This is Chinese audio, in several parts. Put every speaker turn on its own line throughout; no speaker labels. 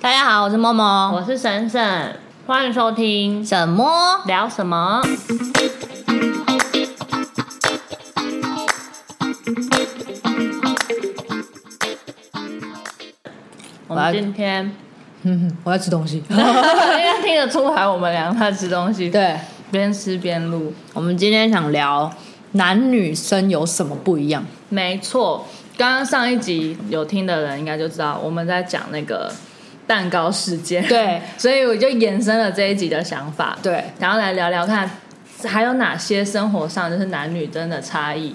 大家好，我是默默。
我是沈沈，欢迎收听
什么？
聊什么？我
我要
们今天
嗯， 我在吃东 西。
应该听得出来，我们俩在吃东西，
对，
边吃边录。
我们今天想聊男女生有什么不一样？
没错，刚刚上一集有听的人应该就知道，我们在讲那个蛋糕事件。
对
所以我就延伸了这一集的想法，
对，
然后来聊聊看，还有哪些生活上就是男女真的差异，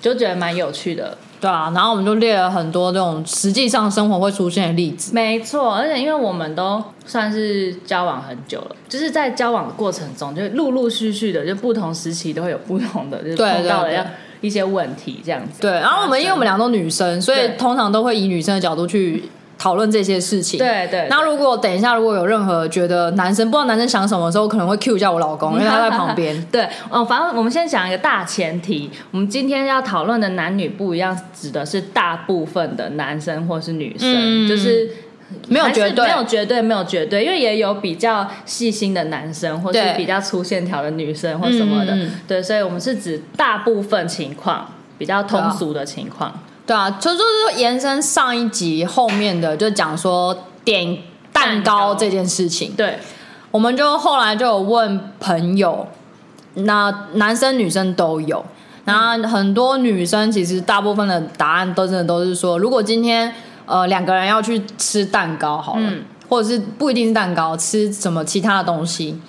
就觉得蛮有趣的。
对啊。然后我们就列了很多这种实际上生活会出现的例子。
没错，而且因为我们都算是交往很久了，就是在交往的过程中，就陆陆续续的，就不同时期都会有不同的，就是
对对
碰到了
对
要一些问题这样子。
对，然后我们因为我们俩都女生，所以
对
通常都会以女生的角度去讨论这些事情。
对对，。
那如果等一下如果有任何觉得男生不知道男生想什么的时候，可能会 cue 一下我老公，因为他在旁边
对，哦，反正我们先讲一个大前提，我们今天要讨论的男女不一样，指的是大部分的男生或是女生，
嗯
就是
没有
还是
绝对
没有绝对，没有绝对，因为也有比较细心的男生，或是
对
比较粗线条的女生或什么的，
嗯嗯嗯
对，所以我们是指大部分情况。比较
啊
通俗的情况，
对啊，就就是延伸上一集后面的，就讲说点蛋糕这件事情。
对
我们就后来就有问朋友，那男生女生都有。然后很多女生其实大部分的答案都真的都是说，如果今天呃两个人要去吃蛋糕好了，
嗯
或者是不一定是蛋糕，吃什么其他的东西，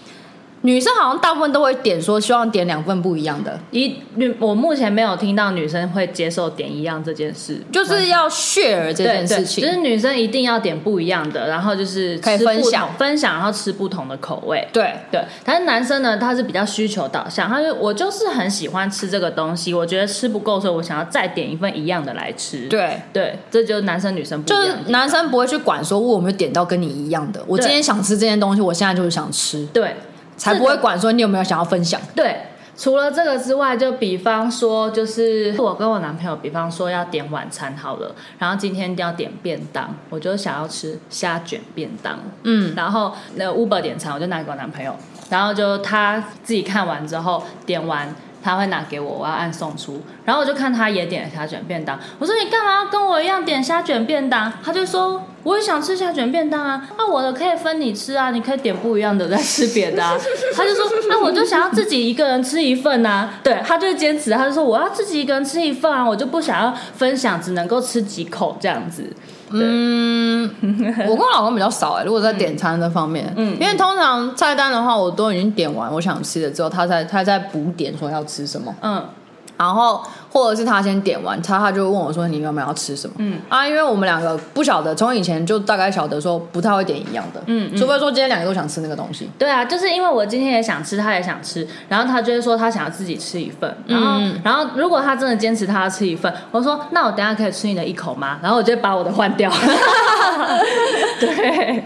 女生好像大部分都会点说希望点两份不一样的，
一女，我目前没有听到女生会接受点一样这件事，
就是要 share 这
对
件
对，
事情。
就是女生一定要点不一样的，然后就是
可以
吃不
分享
同分享，然后吃不同的口味。
对
对，但是男生呢，他是比较需求导向，他就我就是很喜欢吃这个东西，我觉得吃不够，所以我想要再点一份一样的来吃。
对，
对，这就是男生女生不
就
一
是
样。
男生不会去管说我有没有点到跟你一样的，我今天想吃这件东西，我现在就是想吃，
对
才不会管说你有没有想要分 享。
对，除了这个之外，就比方说，就是我跟我男朋友，比方说要点晚餐好了，然后今天一定要点便当，我就想要吃虾卷便当。
嗯，
然后那 Uber 点餐，我就拿给我男朋友，然后就他自己看完之后点完。他会拿给我，我要按送出，然后我就看他也点了虾卷便当。我说你干嘛要跟我一样点虾卷便当？他就说我也想吃虾卷便当啊，那、我的可以分你吃啊，你可以点不一样的再吃别的啊。他就说那、我就想要自己一个人吃一份啊，对，他就坚持，他就说我要自己一个人吃一份啊，我就不想要分享，只能够吃几口这样子。
我跟我老公比较少哎、如果在点餐这方面，嗯，因为通常菜单的话，我都已经点完我想吃的之后，他才他在补点说要吃什么，
嗯，
然后或者是他先点完，他他就问我说你有没有要吃什么，嗯啊，因为我们两个不晓得，从以前就大概晓得说不太会点一样的，嗯，除非说今天两个都想吃那个东西，
对啊，就是因为我今天也想吃，他也想吃，然后他就会说他想要自己吃一份，然后、
嗯
然后如果他真的坚持他要吃一份，我说那我等一下可以吃你的一口吗？然后我就会把我的换 掉。 对，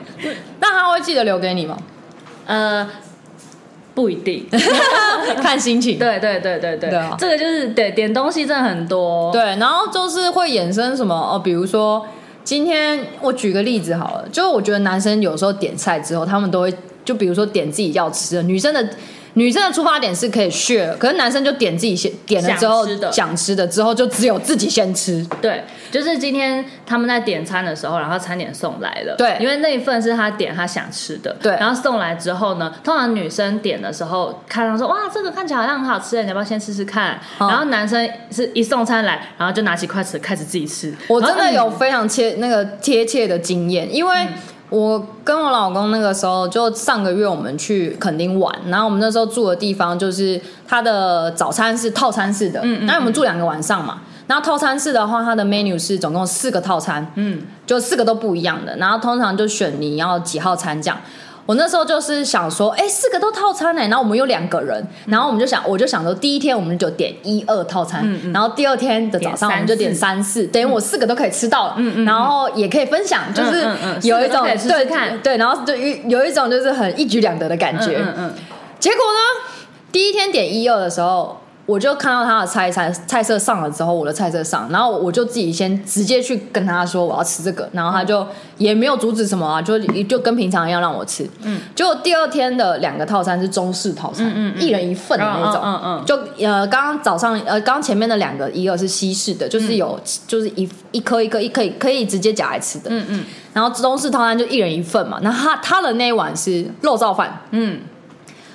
那他会记得留给 你吗？
呃，不一定。
看心情，
对对对对对，
对啊
这个就是对点东西真的很多。
对，然后就是会衍生什么哦，比如说今天我举个例子好了，就我觉得男生有时候点菜之后，他们都会就比如说点自己要吃的，女生的女生的出发点是可以 share，可是男生就点自己先点了之后
想吃的
想吃的之后就只有自己先吃，
对，就是今天他们在点餐的时候，然后餐点送来了。
对
因为那一份是他点他想吃的。
对
然后送来之后呢，通常女生点的时候，看到说哇，这个看起来好像很好吃，你要不要先试试看？
嗯
然后男生是一送餐来，然后就拿起筷子开始自己吃。
我真的
然
有
后
非常切那个贴切的经验，因为我跟我老公那个时候就上个月我们去垦丁玩，然后我们那时候住的地方就是它的早餐是套餐式的，嗯那我们住两个晚上嘛。然后套餐式的话，它的 menu 是总共四个套餐，嗯，就四个都不一样的。然后通常就选你要几号餐这样。我那时候就是想说，哎、四个都套餐哎、然后我们有两个人，
嗯
然后我们就想，我就想说，第一天我们就点一二套餐，然后第二天的早上我们就点
嗯点三四
三四，等于我四个都可以吃到了，然后也可以分享，就是
嗯嗯
有一种
四个都可以试试
对
看嗯
对，然后就有一种就是很一举两得的感觉。
嗯嗯嗯，
结果呢，第一天点一二的时候，我就看到他的菜菜菜色上了之后，我的菜色上，然后我就自己先直接去跟他说我要吃这个，然后他就也没有阻止什么
嗯
啊，就就跟平常一样让我吃。嗯，结果第二天的两个套餐是中式套餐，
嗯嗯嗯
一人一份的那种。
嗯嗯嗯
就呃，刚刚早上呃，刚前面的两个，一个是西式的，就是有、就是一一颗一颗一可以可以直接夹来吃的。
嗯嗯
然后中式套餐就一人一份嘛，那他他的那一碗是肉燥饭，
嗯，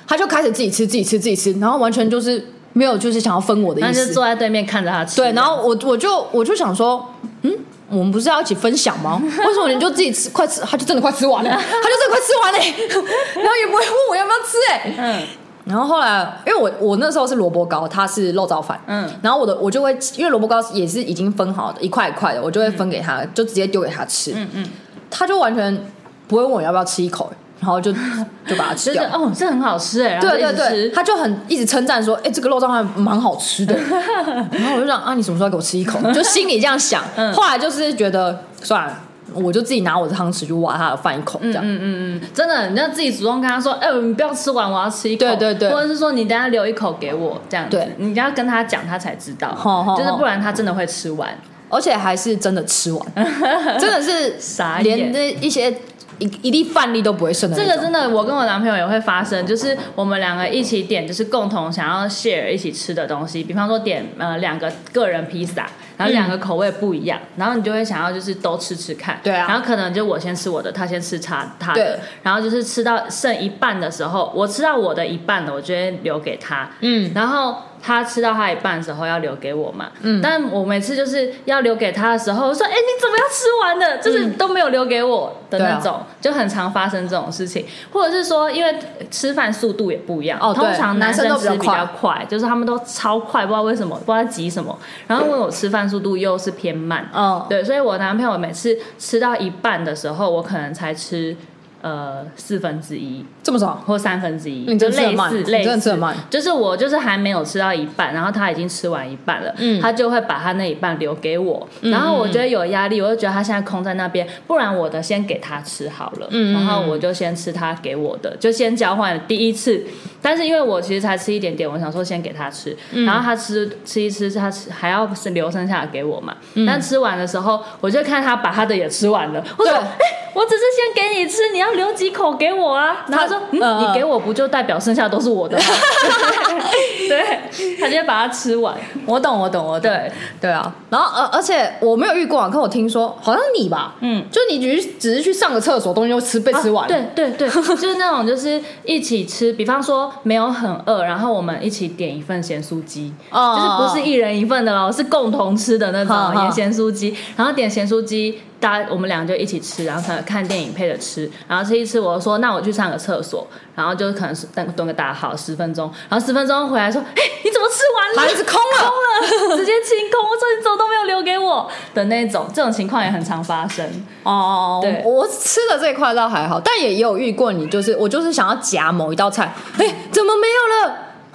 他就开始自己吃自己吃自己吃，然后完全就是没有就是想要分我的
那
意
就
思。
坐在对面看着他吃。
对，然后我我就我就想说，嗯，我们不是要一起分享 吗？为什么你就自己吃快吃？他就真的快吃完了，他就真的快吃完了、然后也不会问我要不要吃哎、
嗯
然后后来，因为我我那时候是萝卜糕，它是肉燥饭，
嗯
然后我的我就会，因为萝卜糕也是已经分好的，一块一块的，我就会分给他，就直接丢给他吃，
嗯嗯，
他就完全不会问我要不要吃一口，然 后就就把它吃
就是
掉。
哦，这很好吃哎，然后
对对
就一
对，
直吃
他就很一直称赞说：“哎、这个肉燥饭蛮好吃的。” 然后我就想啊，你什么时候给我吃一口？就心里这样想。
嗯
后来就是觉得算了，我就自己拿我的汤匙去挖他的饭一口，这样。
嗯嗯嗯，真的，你要自己主动跟他说，哎、你不要吃完，我要吃一口。
对对对
或者是说你等下留一口给我这样子。
对
你要跟他讲，他才知道，
吼吼
就是
吼
不然他真的会吃完。
而且还是真的吃 完，真的是
傻眼
连那一些一一粒饭粒都不会剩的那
这
种。
个真的，我跟我男朋友也会发生，就是我们两个一起点，就是共同想要 share 一起吃的东西，比方说点呃两个个人披萨，
嗯
然后两个口味不一样，然后你就会想要就是都吃吃看，
对啊
然后可能就我先吃我的，他先吃他他的
对，
然后就是吃到剩一半的时候，我吃到我的一半了，我就会留给他，
嗯，
然后他吃到他一半的时候要留给我嘛，嗯，但我每次就是要留给他的时候，我说，哎、你怎么要吃完的？
嗯
就是都没有留给我的那种，
啊
就很常发生这种事情，或者是说，因为吃饭速度也不一样，
哦对
通常
男生
生
都比
吃
较
比
快
较快，就是他们都超快，不知道为什么，不知道急什么，然后问我吃饭速度又是偏慢，
嗯，
对，所以我男朋友每次吃到一半的时候，我可能才吃呃四分之一，
这么少，
或三分之一，
你
就
真的吃得
嗯类
慢
似
你
类
真的吃
似
得慢，
就是我就是还没有吃到一半，然后他已经吃完一半了，
嗯
他就会把他那一半留给我，然后我觉得有压力，我就觉得他现在空在那边，不然我的先给他吃好了，
嗯
然后我就先吃他给我的，就先交换了第一次，但是因为我其实才吃一点点，我想说先给他吃，
嗯
然后他吃吃一吃，他吃还要是留剩下的给我嘛，
嗯
但吃完的时候，我就看他把他的也吃完了，我说
对
哎、我只是先给你吃，你要留几口给我啊，然后他说嗯，
呃
你给我不就代表剩下都是我 的吗？对，他就把它吃完。
我懂，我懂，我懂。
对，
对啊，然后而而且我没有遇过啊，可我听说好像你吧，
嗯，
就你只是只是去上个厕所，东西就吃被吃完，
啊，对 对对，就是那种就是一起吃，比方说没有很饿，然后我们一起点一份咸酥鸡，
哦
就是不是一人一份的哦，是共同吃的那
好
种
好
盐咸酥鸡，然后点咸酥鸡。大家我们俩就一起吃，然后可能看电影配着吃，然后吃一吃，我就说那我去上个厕所，然后就可能是等蹲个大号十分钟，然后十分钟回来说，哎、你怎么吃完
盘
了？
子空了。
空 了，直接清空。我说你怎么都没有留给我的那种，这种情况也很常 发生。
哦，
对
我吃的这一块倒还好，但也也有遇过你，就是我就是想要夹某一道菜，哎、怎么没有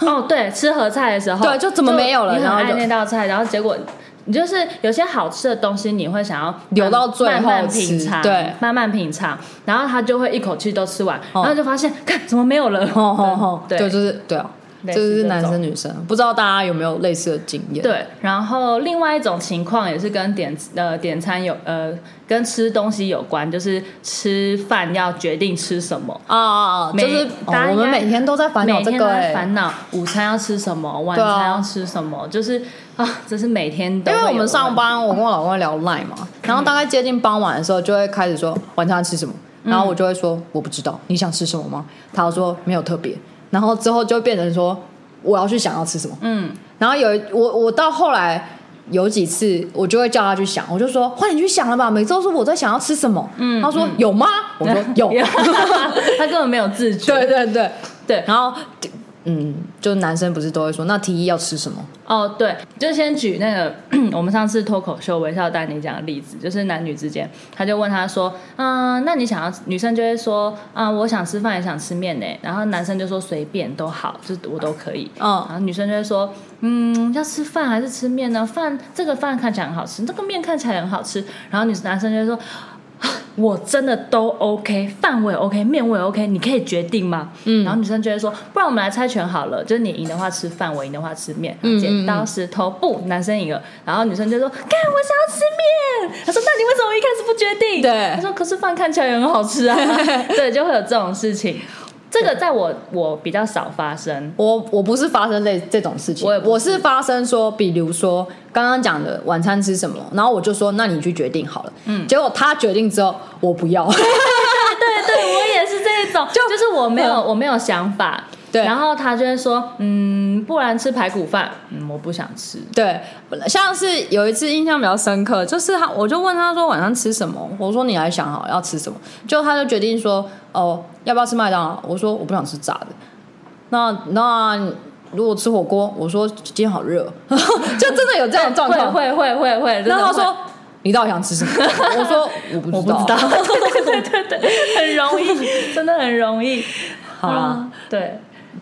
了？
哦，对，吃合菜的时候，
对就怎么没有了
就你
然
很
后
爱
就
那道菜，然后结果你就是有些好吃的东西，你会想要
留到最
慢
后
慢
吃
品尝，
对，
慢慢品尝，然后他就会一口气都吃完，
哦
然后就发现，看怎么没有了，
吼吼吼，
对
哦对，就是对啊，
类
这
似
就是
这
男
种
生女生，不知道大家有没有类似的经验？，
对，然后另外一种情况也是跟点呃点餐有呃跟吃东西有关，就是吃饭要决定吃什么。
啊啊啊，就
每
是、哦
大家
我
应
们
该
每天都在烦恼
每
这
天
个、
都在
欸，
烦恼午餐要吃什么，晚
对啊
餐要吃什么，就是啊，这是每天都
因
会
为我
有的问题。
们上班，我跟我老公会聊赖嘛，然后大概接近傍晚的时候，就会开始说晚上要吃什么，
嗯
然后我就会说我不知道，你想吃什么吗？他就说没有特别，然后之后就变成说我要去想要吃什么，
嗯，
然后有一我我到后来有几次，我就会叫他去想，我就说快点去想了吧，每次都是我在想要吃什么，嗯，他说、有吗？我 说有，
他根本没有自觉。
对对对
对
然后嗯，就男生不是都会说那提议要吃什么？
哦，对，就先举那个 我们上次脱口秀微笑带你讲的例子，就是男女之间，他就问他说，嗯、那你想要，女生就会说，啊、我想吃饭也想吃面呢，然后男生就说随便都好，就是我都可以，
嗯
然后女生就会说，嗯，要吃饭还是吃面呢？饭这个饭看起来很好吃，这个面看起来很好吃，然后女男生就会说。啊 我真的都 OK，饭我也 OK，面我也 OK，你可以决定吗？嗯，然后女生就会说，不然我们来猜拳好了，就是你赢的话吃饭，我赢的话吃面，
嗯
剪刀石头布，男生赢了，然后女生就说，看我想要吃面，他说那你为什么一开始不决定？
对
他说可是饭看起来也很好 吃啊，对，就会有这种事情，这个在我我比较少发生，
我我不是发生类这种事情，
我也不是
我是发生说，比如说刚刚讲的晚餐吃什么，然后我就说那你去决定好了，嗯，结果他决定之后我不要，
对 对，我也是这一种，就
就是
我没有、
嗯
我没有想法。
对
然后他就会说，嗯，不然吃排骨饭，嗯，我不想吃。
对，像是有一次印象比较深刻，就是他我就问他说晚上吃什么，我说你来想好要吃什么，就他就决定说哦要不要吃麦当劳，我说我不想吃炸的，那那如果吃火锅，我说今天好热， 就真的有这种状况，
会会会会会。真的
然后他
会
说：“你到底想吃什么？”我说：“我不知道。
我不知道， 对对对对对，很 容易，真的很容易。
好啦，
嗯，对，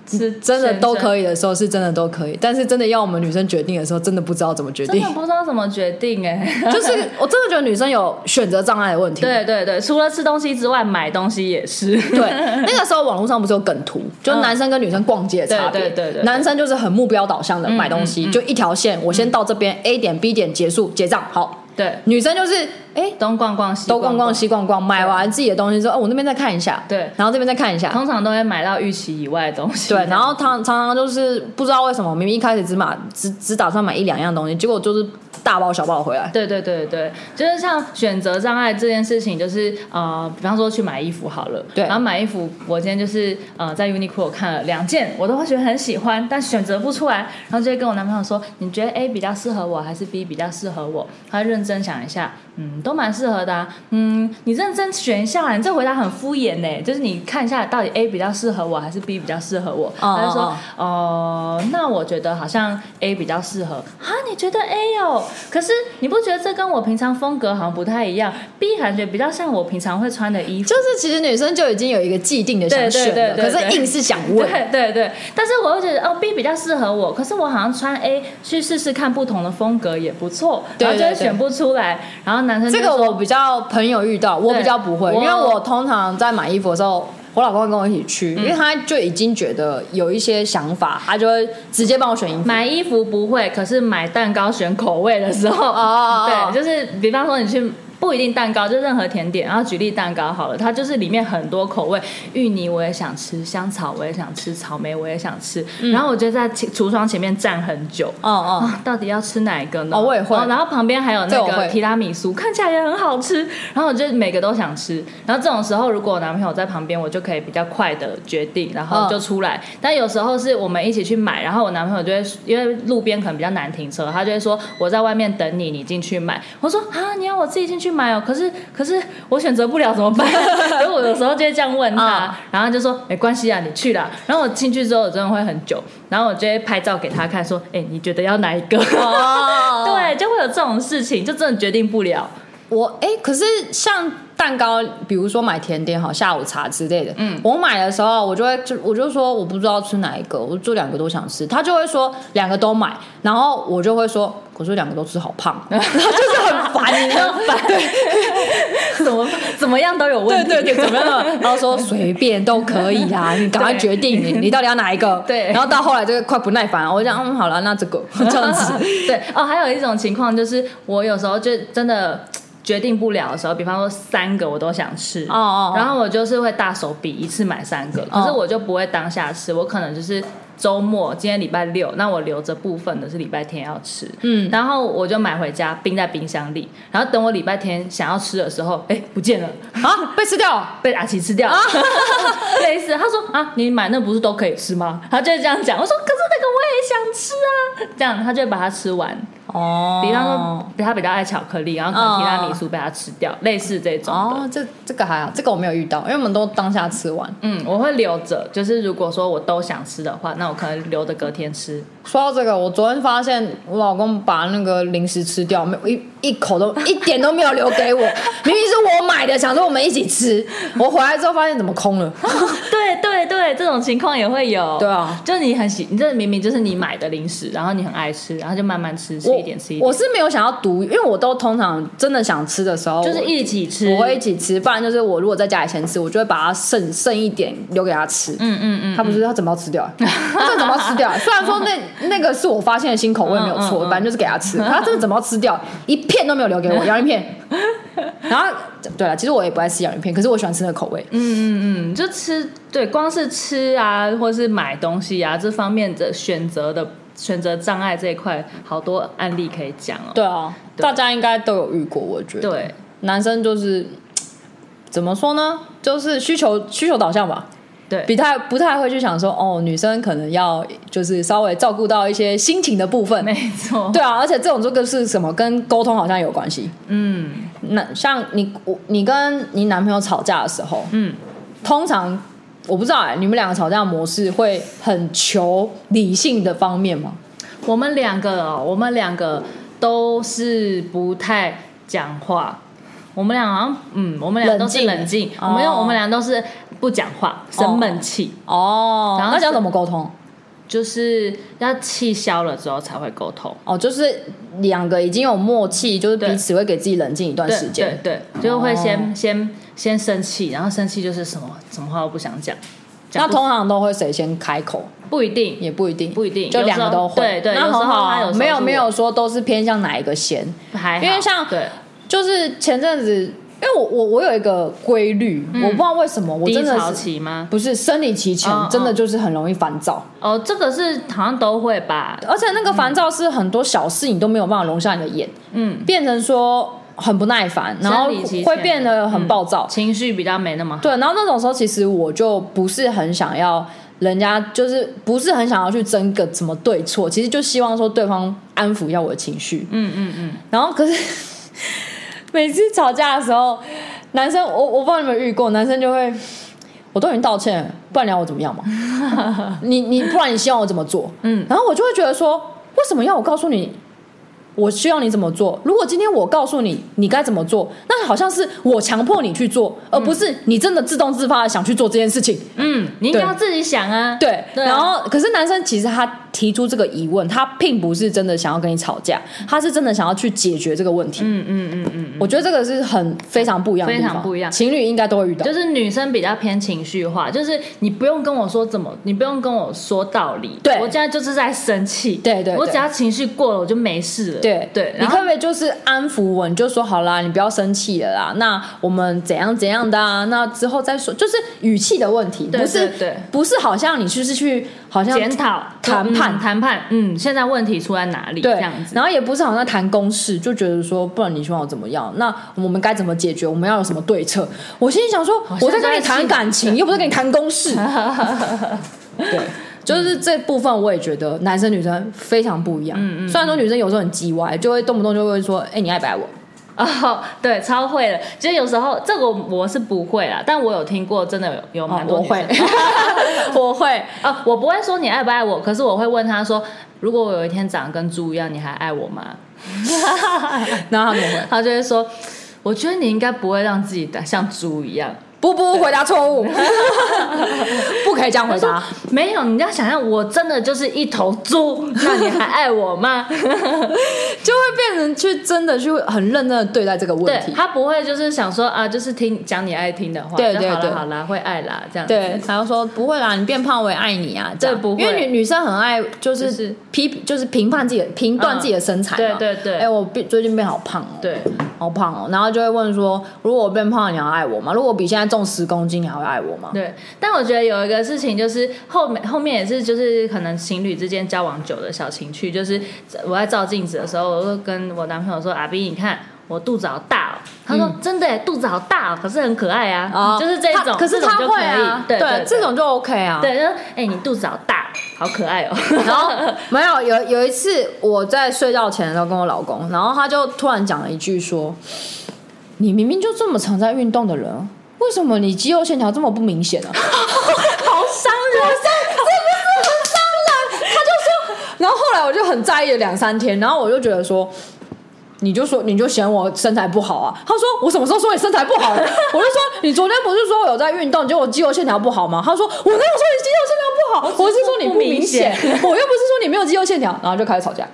吃
啊真的都
以。
可以的时候是真的都可以，但是真的要我们女生决定的时候，真的不知道怎么决
真
定
的。不知道怎么决定哎、
就是我真的觉得女生有选择障碍的问题。
对对对，除了吃东西之外，买东西也是。
对， 那个时候网络上不是有梗图，就男生跟女生逛街的差别。
对对对嗯对对
男生就是很目标导向的买东西，就一条线，我先到这
嗯
边 A 点 B 点结束结账，好。
对，
女生就是哎。
东逛逛西
都逛逛
逛，
西逛逛，买完自己的东西之后，哦，我那边再看一下，
对
然后这边再看一下，
通常都会买到预期以外的东西。
对，然后常常常就是不知道为什么，明明一开始只买只只打算买一两样东西，结果就是大包小包回来。
对对对对，就是像选择障碍这件事情，就是呃，比方说去买衣服好了，
对
然后买衣服，我今天就是呃，在 Uniqlo 看了两件，我都会觉得很喜欢，但选择不出来，然后就会跟我男朋友说，你觉得 A 比较适合我，还是 B 比较适合我？他会认真想一下，嗯，都蛮适合的、啊，嗯，你认真选一下啊啦，你这回答很敷衍呢、就是你看一下到底 A 比较适合我，还是 B 比较适合我？
哦
他就
哦
说
哦，
哦，那我觉得好像 A 比较适合啊？你觉得 A 哦？可是你不觉得这跟我平常风格好像不太一样？B 感觉比较像我平常会穿的衣服
就。是其实女生就已经有一个既定的想选
对对
了，
对对
可是
对
硬是想问。
对对对，但是我又觉得哦，B 比较适合我，可是我好像穿 A 去试试看不同的风格也不错，
对
然后
对
就会选不出来，然后男生就
这个
说
我比较朋友遇到，我
对
比较不会，
我
因为我通常在买衣服的时候，我老公会跟我一起去，
嗯
因为他就已经觉得有一些想法，他就会直接帮我选衣服。
买衣服不会，可是买蛋糕选口味的时候，
哦哦
对，就是比方说你去。不一定蛋糕，就任何甜点。然后举例蛋糕好了，它就是里面很多口味，芋泥我也想吃，香草我也想吃，草莓我也想吃。
嗯
然后我就在厨厨房前面站很久，
哦 哦，
啊，到底要吃哪一个呢？
哦我也会
然后旁边还有
这
那
我
个
会
提拉米苏，看起来也很好吃。然后我就每个都想吃。然后这种时候，如果我男朋友在旁边，我就可以比较快的决
嗯
定，然后就出来。但有时候是我们一起去买，然后我男朋友就会因为路边可能比较难停车，他就会说我在外面等你，你进去买。我说啊，你要我自己进去买哦？可是可是我选择不了怎么办？ 所以我有时候就会这样问他。
嗯
然后他就说没关系啊，你去啦。然后我进去之后，我真的会很久，然后我就会拍照给他看，说，哎、你觉得要哪一个？
哦
对，就会有这种事情，就真的决定不了。
我哎、可是像蛋糕，比如说买甜点好，下午茶之类的，嗯，我买的时候我就会就我就说我不知道吃哪一个，我就两个都想吃，他就会说两个都买，然后我就会说，可是两个都吃好胖，然后就是很烦，你知 道吗？
怎么怎么样都有问
对
题，
对对， 怎么样了？然后说随便都可以啊，你赶快决定你你到底要哪一个。
对
然后到后来就是快不耐烦，我就讲嗯好了，那这个 这样子，
对哦，还有一种情况就是，我有时候就真的决定不了的时候，比方说三个我都想吃，
哦哦哦哦
然后我就是会大手笔一次买三个，可是我就不会当下吃，我可能就是。周末，今天礼拜六，那我留着部分的是礼拜天要吃，嗯，然后我就买回家冰在冰箱里，然后等我礼拜天想要吃的时候，哎，不见了，
啊，被吃掉了。
被阿奇吃掉
哦
了， 类似。他说啊，你买那不是都可以吃吗？他就会这样讲。我说可是那个我也想吃啊，这样他就会把它吃完。
哦，
比方说，他比较爱巧克力，然后可能提拉米苏被他吃掉，类似这种的。
哦，这这个还好，这个我没有遇到，因为我们都当下吃完。
嗯，我会留着，就是如果说我都想吃的话，那我可能留着隔天吃。
说到这个，我昨天发现我老公把那个零食吃掉，没有一一口都 一点都没有留给我，明明是我买的，想说我们一起吃。我回来之后发现怎么空了，
对对对，这种情况也会有。
对啊，
就是你很喜，你这明明就是你买的零食，然后你很爱吃，然后就慢慢吃，吃
我
一点吃一点，
我是没有想要独，因为我都通常真的想吃的时候，
就是
我
一起吃。
我会一起吃，不然就是我如果在家里先吃，我就会把它剩剩一点留给他吃。
嗯嗯嗯，
他不是他整包吃掉 欸，他真的整包吃掉欸。虽然说那那个是我发现的新口味没有错，
嗯嗯嗯嗯
反正就是给他吃，他真的整包吃掉，一片都没有留给我，洋芋 片。然后对了，其实我也不爱吃洋芋片，可是我喜欢吃那个口味。
嗯，就吃对，光是吃啊，或是买东西啊，这方面的选择的选择障碍这一块，好多案例可以讲哦。
对啊，
对
大家应该都有遇过，我觉得。
对，
男生就是怎么说呢？就是需求需求导向吧。
对
比太不太会去想说哦，女生可能要就是稍微照顾到一些心情的部分，
没错，
对啊，而且这种这个是什么？跟沟通好像有关系。
嗯
那像你，我你跟你男朋友吵架的时候，
嗯，
通常我不知道哎、你们两个吵架的模式会很求理性的方面吗？
我们两个哦，我们两个都是不太讲话。我们俩好像，嗯，我们俩都是冷
冷
静
静，
我们用
哦
我们俩都是不讲话，生闷气，
哦，
然后
那这样
是
怎么沟通？
就是要气消了之后才会沟通。
哦，就是两个已经有默契，就是
对
彼此会给自己冷静一段
对
呃时间。
对对，就会先、
哦
先先生气，然后生气就是什么什么话都不想讲，讲
那
不
通常都会谁先开口？
不一定，
也不一定，
不一定
就两个都会。
有时候对对
那
有时候
很好
他
啊
有时候，是
没有
我
没有说都是偏向哪一个先。
还好
因为像
对
就是前阵子，因为我我我有一个规律，我不知道为什么，我
嗯低
真的
潮
是
期吗？
不是生理期前
嗯嗯
真的就是很容易烦躁，
哦，这个是好像都会吧，
而且那个烦躁是很多小事你都没有办法容下你的眼，
嗯，
变成说很不耐烦，然后
生理期前
会变得很暴躁。
情绪比较没那么好，
对，然后那种时候其实我就不是很想要人家，就是不是很想要去争个什么对错，其实就希望说对方安抚一下我的情绪。
嗯嗯嗯，
然后可是每次吵架的时候，男生我我不知道你们有没有遇过，男生就会，我都已经道歉了，不然你要我怎么 样嘛？你你不然你希望我怎么做？
嗯
嗯，然后我就会觉得说，为什么要我告诉你？我希望你怎么做？如果今天我告诉你你该怎么做，那好像是我强迫你去做，而不是你真的自动自发的想去做这件事情。
嗯，你应该
对
要自己想啊，
对，
对啊
然后可是男生其实他提出这个疑问，他并不是真的想要跟你吵架，他是真的想要去解决这个问题。
嗯嗯嗯嗯，
我觉得这个是很非常不一样的地方，
非常不一样
情侣应该都会遇到
就。是女生比较偏情绪化，就是你不用跟我说怎么，你不用跟我说道理，
对
我现在就是在生气，
对对对
我只要情绪过了我就没事了，
对
对，
你
然后
可不可以就是安抚我？你就说好啦，你不要生气了啦。那我们怎样怎样的啊？那之后再说，就是语气的问题，
对
不是
对对
不是好像你就是去好像
检讨
谈判
嗯谈判，嗯，现在问题出在哪里？
对
这样，子，
然后也不是好像在谈公事，就觉得说不然你希望我怎么样？那我们该怎么解决？我们要有什么对策？我心里想说，我在跟你谈感情，又不是跟你谈公 事。对，就是这部分我也觉得男生女生非常不一样。嗯嗯虽然说女生有时候很叽歪，就会动不动就会说，哎、你爱不爱我？
哦，对，超会了。就有时候这个我是不会啦，但我有听过，真的有有
哦
蛮，多
我
女生、
会，我会。
哦， 我不会说你爱不爱我，可是我会问他说，如果我有一天长得跟猪一样，你还爱我吗？
然后他怎么会？
他就会说，我觉得你应该不会让自己的像猪一样。
不不，回答错 误，不可以这样回答。
没有，你要想象我真的就是一头猪，那你还爱我 吗？
就会变成去真的去很认真的对待这个问
对
题。
他不会就是想说啊，就是听讲你爱听的话，
对对
就好
对
了好啦，会爱啦这样子。
对，他就说不会啦，你变胖我也爱你啊，这样
对不会
因为女女生很爱就是
就是
批就是评判自己的评断自己的身材嘛、
嗯对对对
哎、我变最近变好胖哦，，
对
好胖哦，然后就会问说，如果我变胖，你还爱我吗？如果我比现在重十公斤，你还会爱我吗？
对，但我觉得有一个事情就是后面后面也是就是可能情侣之间交往久的小情趣，就是我在照镜子的时候，我就跟我男朋友说：“阿斌，你看我肚子好大哦。”他说：“真的耶，肚子好大哦，可是很可爱啊。
嗯哦
就是这
他
种，
可是
这种
他
就
会啊，
可以对对，
这种就 OK 啊，
对，就是哎、你肚子好大，好可爱哦。
然后 没有有有一次我在睡觉前的时候跟我老公，然后他就突然讲了一句说：“你明明就这么常在运动的人，为什么你肌肉线条这么不 明显呢、啊？”好伤人，这不是很伤人？他就说：“ 然后后来我就很在意了两三天，然后我就觉得说。你就说，你就嫌我身材不好啊？他说我什么时候说你身材不 好了？我就说你昨天不是说我有在运动，结果肌肉线条不好吗？他说我哪有说你肌肉线条不好， 我是说你不明显，
不
我又不是说你没有肌肉线条，然后就开始吵架，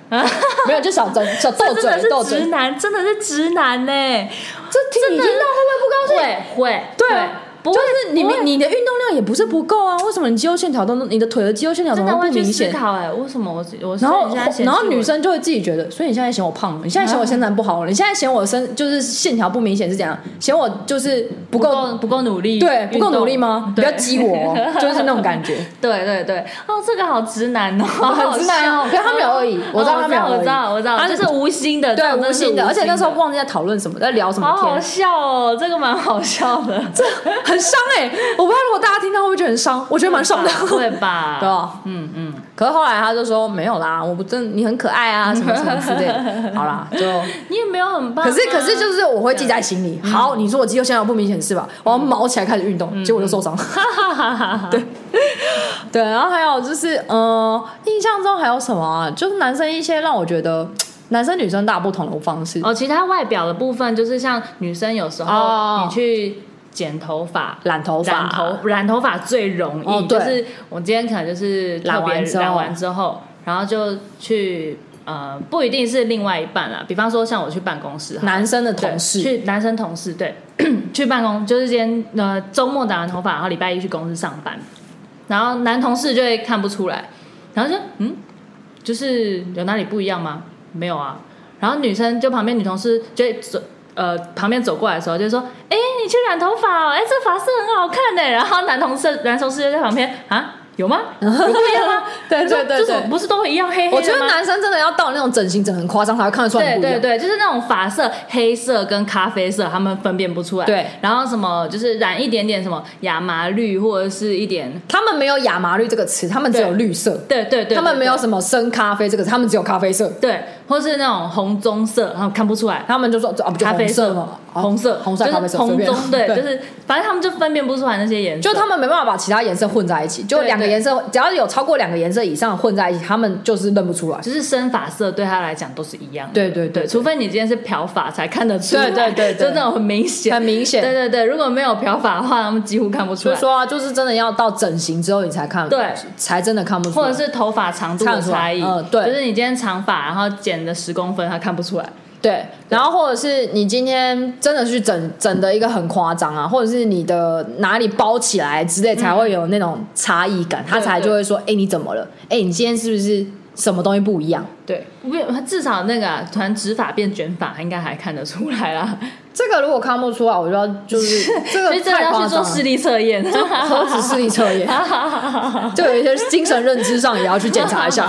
没有就小争 小斗
这
嘴
真的
斗
是直
嘴，
男，真的是直男呢、
这听你听到会不会不高兴？
会会
对啊，
不
就
会
是你
不会
你你的运动量也不是不够啊，为什么你肌肉线条都你的腿的肌肉线条怎
真
么
的
会
会
哦不
去
明
思
显？
考哎、为什么我只我
然后
现在嫌弃
然后
我
女生就会自己觉得，所以你现在嫌我胖了，你现在嫌我身材不好了，你现在嫌我身就是线条不明显是怎样？嫌我就是不
不
够
够不够努力，
对不
运
够
动
努力吗？不
对
要激我 哦，就是那种感觉。
对对对，哦，这个好直男哦，好
很直男啊
笑
可是他们有恶意
哦
我知道他们有恶意
我知道，我知道，
他
就是无心的，这
对，啊
种真
无
的是
心的，而且那时候
的
忘记在讨论什么，在聊什么
好好
天，
笑哦，这个蛮好笑的，这
很伤哎！我不知道如果大家听到会不会觉得很伤，我觉得蛮伤的。
会吧？
对啊，
嗯嗯，
可是后来他就说没有啦，我不真你很可爱 啊，什么什么之类的。好啦，就
你也没有很棒啊，
可是可是 就是我会记在心
嗯
里。好，你说我肌肉线条不明显是吧？我要毛起来开始运动，结果就受 伤。
哈哈哈哈，对，
对，然后还有就是，嗯，印象中还有什么啊？就是男生一些让我觉得男生女生大不同的方式。
哦，其他外表的部分就是像女生有时
哦
候你去剪头发。
染头发，
染头染头发最容易，
哦对
就是我今天可能就是特
染
别
完之后
染完之后，然后就去呃，不一定是另外一半啦，比方说像我去办公室好了，
男生的
对
同事，
去男生同事 对，去办公就是今天呃周末染完头发，然后礼拜一去公司上班，然后男同事就会看不出来，然后就嗯，就是有哪里不一样吗？没有啊。然后女生就旁边女同事就会走呃旁边走过来的时候就说，哎、你去染头发哦，哎、这发色很 好看的。然后男同事男同事就在旁边啊，有吗？有不一样吗？
对对对
这种
对。
不是都一样黑黑的
我觉得
吗
男生真的要到那种整形整得很夸张，才会看得出来
对
不一
对
样。
对，就是那种发色黑色跟咖啡色，他们分辨不出来。
对
然后什么就是染一点点什么亚麻绿或者是一点，
他们没有亚麻绿这个词，他们只有绿色，
对对对，
他们
对
没有什么深咖啡这个词，他们只有咖啡色。
对，或是那种红棕色，然后看不出来。
他们就说啊，不就
咖啡
红色
色
吗？哦
红色，
红色、咖啡
就是
色，
红
随便
棕，对，就是反正他们就分辨不出来那些颜色。
就他们没办法把其他颜色混在一起，就
对
两个
对
颜色，只要有超过两个颜色以上混在一起，他们就是认不出来。
就是深发色对他来讲都是一样的。
对对对
对，
对
除非你今天是漂发才看得出来。
对对对对
就那种很明显。
很明显
对对对，如果没有漂发的话，他们几乎看不出
所以
来。
说啊，就是真的要到整形之后你才看，
对，
才真的看不出
或
来
者。是头发长度的差异，
看得出来嗯对
就是你今天长发，然后剪了十公分，他看不出来，
对，然后或者是你今天真的去整整的一个很夸张啊，或者是你的哪里包起来之类，才会有那种差异感，他才就会说，哎、你怎么了？哎、你今天是不是什么东西不一样？
对，没有，至少那个啊突然直发变卷发，应该还看得出来啦。
这个如果看不出来，我就要就是这
所
个
以真的
太
要
夸张
去做
了
视。力测验，
何止视力测 验，就有一些精神认知上也要去检查一下。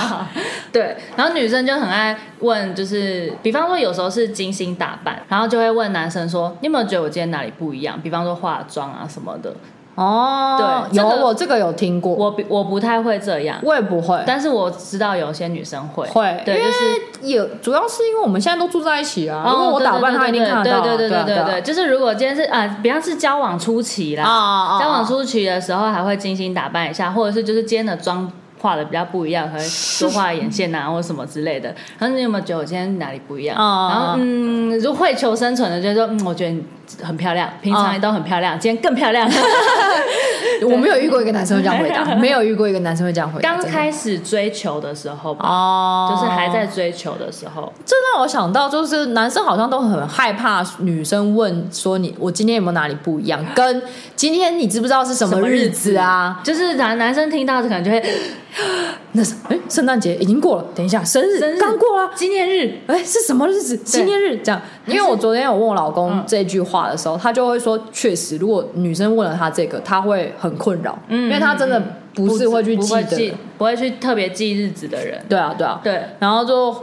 对，然后女生就很爱问，就是比方说有时候是精心打扮，然后就会问男生说，你有没有觉得我今天哪里不一样？比方说化妆啊什么的，
哦，
对
有
这个
我这个有听过，
我比我不太会这样，
我也不会。
但是我知道有些女生会，
会，
对，
因
就是
为也主要是因为我们现在都住在一起啊。
哦
如果我打扮，他一定看得到啊。
对对对
啊
对对
啊
对对，就是如果今天是啊，比方是交往初期
啊
啦，
啊啊！
交往初期的时候还会精心打扮一下，或者是就是今天的妆化的比较不一样，可能多画眼线啊或什么之类的。然后你有没有觉得我今天哪里不一样？
哦
然后嗯，如果会求生存的，就是说嗯，我觉得你很漂
哦
亮，平常也都很漂亮，今天更 漂亮。
我没有遇过一个男生会这样回答，没有遇过一个男生会这样回答。
刚
真的
开始追求的时候吧，
哦，
就是还在追求的时候，
这让我想到，就是男生好像都很害怕女生问说你我今天有没有哪里不一样，跟今天你知不知道是什么日子啊？
就是男男生听到可能就会
那是哎，圣诞节已经过了，等一下生日
生日
刚过了。
纪念日。
哎，是什么日子？纪念日这样，因为我昨天有问我老公这句话的时候，他就会说，确实，如果女生问了他这个，他会很困扰，因为他真的不是会去
嗯不
记
会
得
记
的，，
不会去特别记日子的人。
对啊，对啊，
对，
然后就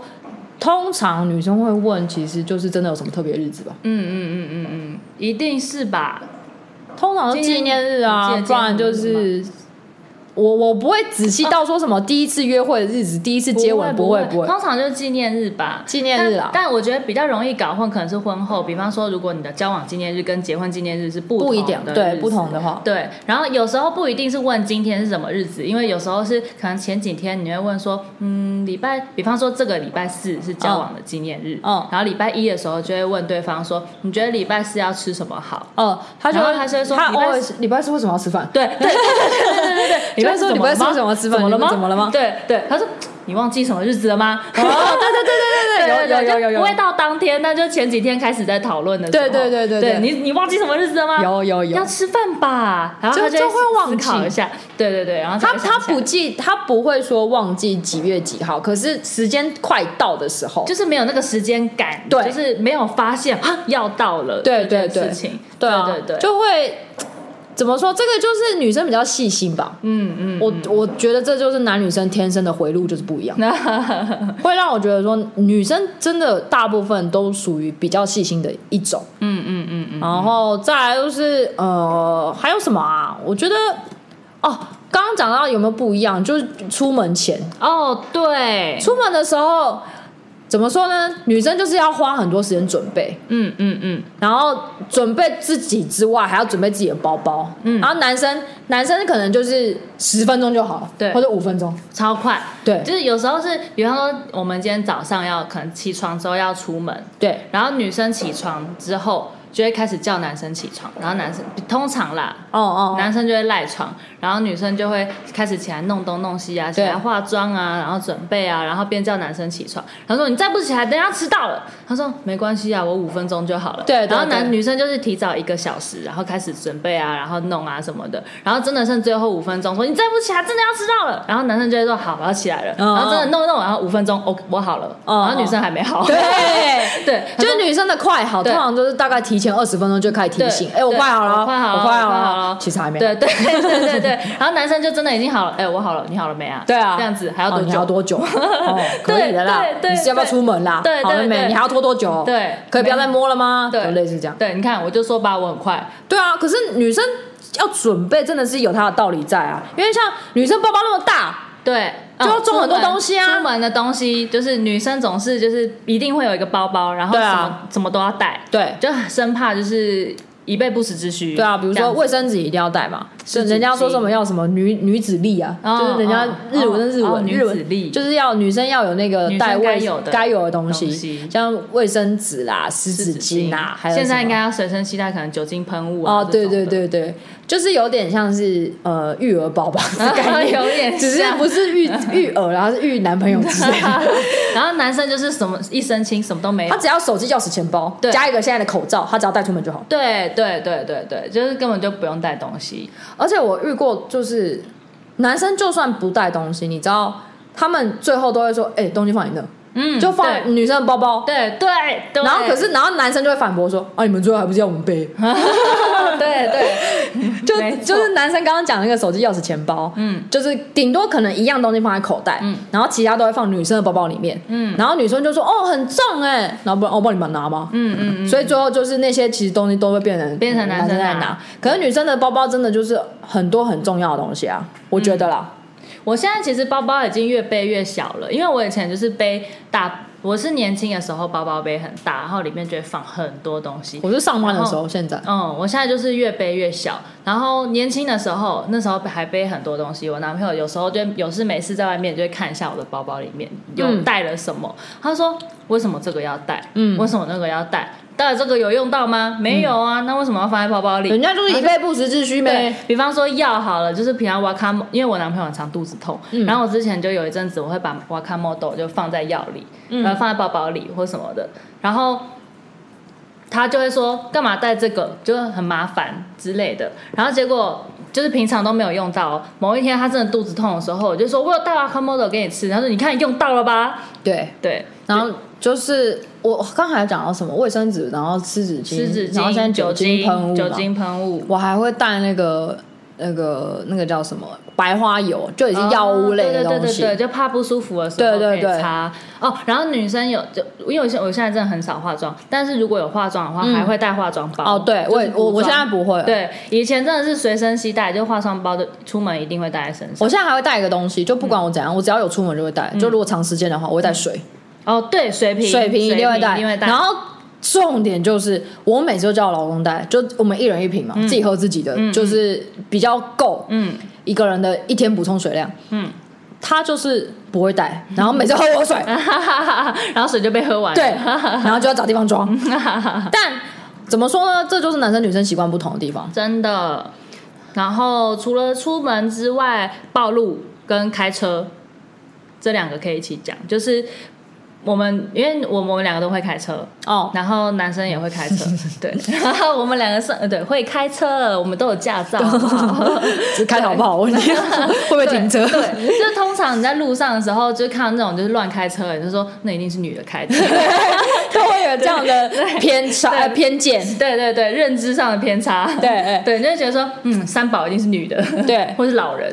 通常女生会问，其实就是真的有什么特别日子吧？
嗯嗯嗯嗯嗯，一定是吧？
通常是纪念日啊
纪，念
不然就是我我不会仔细到说什么第一次约会的日子、第一次接吻，
不
会
哦不
不会。
通常就是纪念日吧，
纪念日啊
但。但我觉得比较容易搞混，可能是婚后，比方说，如果你的交往纪念日跟结婚纪念日是不
不
不
一点对不同的话
对。然后有时候不一定是问今天是什么日子，因为有时候是可能前几天你会问说，嗯，礼拜，比方说这个礼拜四是交往的纪念日，
嗯
然后礼拜一的时候就会问对方说，你觉得礼拜四要吃什么好？
嗯，他就
然后他就会说
他
礼拜
always 礼拜四为什么要吃 饭？
对对对对对对对，
礼拜四
怎
礼
么
拜
了
四
吗
为什么吃饭？
怎么了吗？
怎么了吗？
对对，他说你忘记什么日子了吗？哦，
对对 对对对，有有有有
不会
有
到当天，但就前几天开始在讨论的时候。
对对对对对
对你你忘记什么日子了 吗？
有有
要
有，
吃饭吧，然后他
就就会忘
思
记
考一下，对对对，然后才
他
会
他
想起来
不记，他不会说忘记几月几号，可是时间快到的时候，
就是没有那个时间感，
对
就是没有发现啊要到了
对对
这件
对
事情，
对啊，
对对，
就会怎么说？这个就是女生比较细心吧。
嗯嗯，
我我觉得这就是男女生天生的回路就是不一样，
嗯
会让我觉得说女生真的大部分都属于比较细心的一种。
嗯嗯嗯嗯，
然后再来就是呃，还有什么啊？我觉得哦，刚刚讲到有没有不一样，就是出门前，
哦对，
出门的时候怎么说呢？女生就是要花很多时间准备，
嗯嗯嗯，
然后准备自己之外，还要准备自己的包包。嗯，然后男生男生可能就是十分钟就好了，
对
或者五分钟，
超快，
对
就是有时候是，比方说我们今天早上要可能起床之后要出门，
对
然后女生起床之后就会开始叫男生起床，然后男生通常啦，
哦哦，哦
男生就会赖床，然后女生就会开始起来弄东弄西啊，起来化妆啊，然后准备啊，然后边叫男生起床，他说你再不起来，等一下迟 到了。他说没关系啊，我五分钟就好了。
对对
然后男
对
女生就是提早一个小时，然后开始准备啊，然后弄啊什么的，然后真的剩最后五分钟，说你再不起来，真的要迟到 了。然后男生就会说好，我要起来了。
嗯
然后真的弄一弄，然后五分钟，OK，我好了。
嗯
然后女生还没好。
对
对，他
就
说
是女生的快好，通
对
常就是大概提前二十分钟就开始提醒，
对
哎，我
对
快好了哦，
我快好了
我快
我快
好了
好了
哦，其实还没，
对对对对对对，然后男生就真的已经好了，哎、我好了，你好了没啊？
对啊，
这样子还要
哦
多
你还
久？
要多 久？哦，可以的啦
对，对
你是要不要
对
出门啦？
对对
好了没？
对
你还要拖多久？，
对，
可以不要再摸了吗？
对
就类似这样。
对，你看，我就说吧，我很快。
对啊，可是女生要准备真的是有她的道理在啊，因为像女生包包那么大，
对，哦
就要装很多
出门
东西啊
出门的东西就是女生总是就是一定会有一个包包，然后
对
什么、
啊
什么都要带，
对
就生怕就是以备不时之需。
对啊，比如
这样
说
子
卫生纸一定要带嘛，是
纸
人家说什么要什么女女子力啊，
哦
就是人家
哦
日文的日
哦
文，
女
日文
子力
就是要女生要有那个
女生
带卫
该有的
该有的东
东西
像卫生纸啦、湿纸巾啊，还有
现在
什
应
么
该要随身携带可能酒精喷雾啊。
哦，对对
这种 的，
对对，就是有点像是呃育儿宝宝 的概念，
有点
只是
像
不是育育儿啦，然后是育男朋友之类的。
然后男生就是什么一身轻，什么都没有
他。只要手机、钥匙、钱包，
对
加一个现在的口罩，他只要带出门就好。
对对对对对，就是根本就不用带东西。
而且我遇过，就是男生就算不带东西，你知道，他们最后都会说：“哎、东西放你那，
嗯，
就放
对
女生的包包。
对对对。
然后可是，然后男生就会反驳说：“啊，你们最后还不是要我们背？”
对对，
就
没错
就是男生刚刚讲那个手机、钥匙、钱包，
嗯，
就是顶多可能一样东西放在口袋，
嗯，
然后其他都会放女生的包包里面，
嗯
然后女生就说：“哦，很重哎、然后不然哦我帮你们拿吗？”
嗯嗯嗯，
所以最后就是那些其实东西都会变成
变成
男啊
男生
在
拿
拿，可是女生的包包真的就是很多很重要的东西啊，我觉得啦，
我现在其实包包已经越背越小了，因为我以前就是背大，我是年轻的时候包包背很大，然后里面就会放很多东西。
我是上班的时
然
候，现在
嗯，我现在就是越背越小。然后年轻的时候，那时候还背很多东西。我男朋友有时候就有事没事在外面就会看一下我的包包里面有
嗯
带了什么。他说：“为什么这个要带？
嗯
为什么那个要带？带了这个有用到吗？没有啊，那为什么要放在包包里？”
人家就是以备不时之需
对
呗。
比方说药好了，就是平常瓦卡莫，因为我男朋友很常肚子痛，
嗯
然后我之前就有一阵子我会把瓦卡莫豆就放在药里，
嗯
然
呃
后放在包包里或什么的，然后。他就会说干嘛带这个，就是很麻烦之类的。然后结果就是平常都没有用到哦、某一天他真的肚子痛的时候，我就说我有带瓦卡莫豆给你吃。他说你看用到了吧？
对，
对，
然后就是我刚才讲到什么卫生嗯纸，然后湿纸巾，
湿纸
然后
巾、
现在
酒
精喷雾嘛，
酒精喷雾，
我还会带那个那个那个叫什么白花油，就已经药物类的
哦对
东
对
西。
对对对，就怕不舒服的时
对
候
对
可以
对
擦哦。然后女生有就因为我现我现在真的很少化妆，但是如果有化妆的话，还会带化妆包。
嗯哦，对
就
我
是
也
补
我我
妆
现在不会了，
对以前真的是随身携带，就化妆包就出门一定会带在身上。
我现在还会带一个东西，就不
嗯
管我怎样，我只要有出门就会带。就如果长时间的话，我会带水，
哦，对，水瓶
水瓶一定会带，
一定会带。
然后重点就是，我每次都叫我老公带，就我们一人一瓶嘛，自己喝自己的，就是比较够
嗯，
一个人的一天补充水量。
嗯，
他就是不会带，然后每次喝我 水，
然后水就被喝完了。
对，然后就要找地方 装。但怎么说呢？这就是男生女生习惯不同的地方。
真的。然后除了出门之外，暴露跟开车这两个可以一起讲，就是我们因为我们我们两个都会开车，
哦，
然后男生也会开车， 对，然后我们两个是呃对会开车，我们都有驾照，好不好
只开好不好？问题会 不会停车？
对，对就是通常你在路上的时候，就看到那种就是乱开车的人，就说那一定是女的开的。
都会有这样的偏差
对
呃偏 见。
对对对，认知上的偏差，
对
对，你就会觉得说，嗯，三宝一定是女的，
对
或是老人，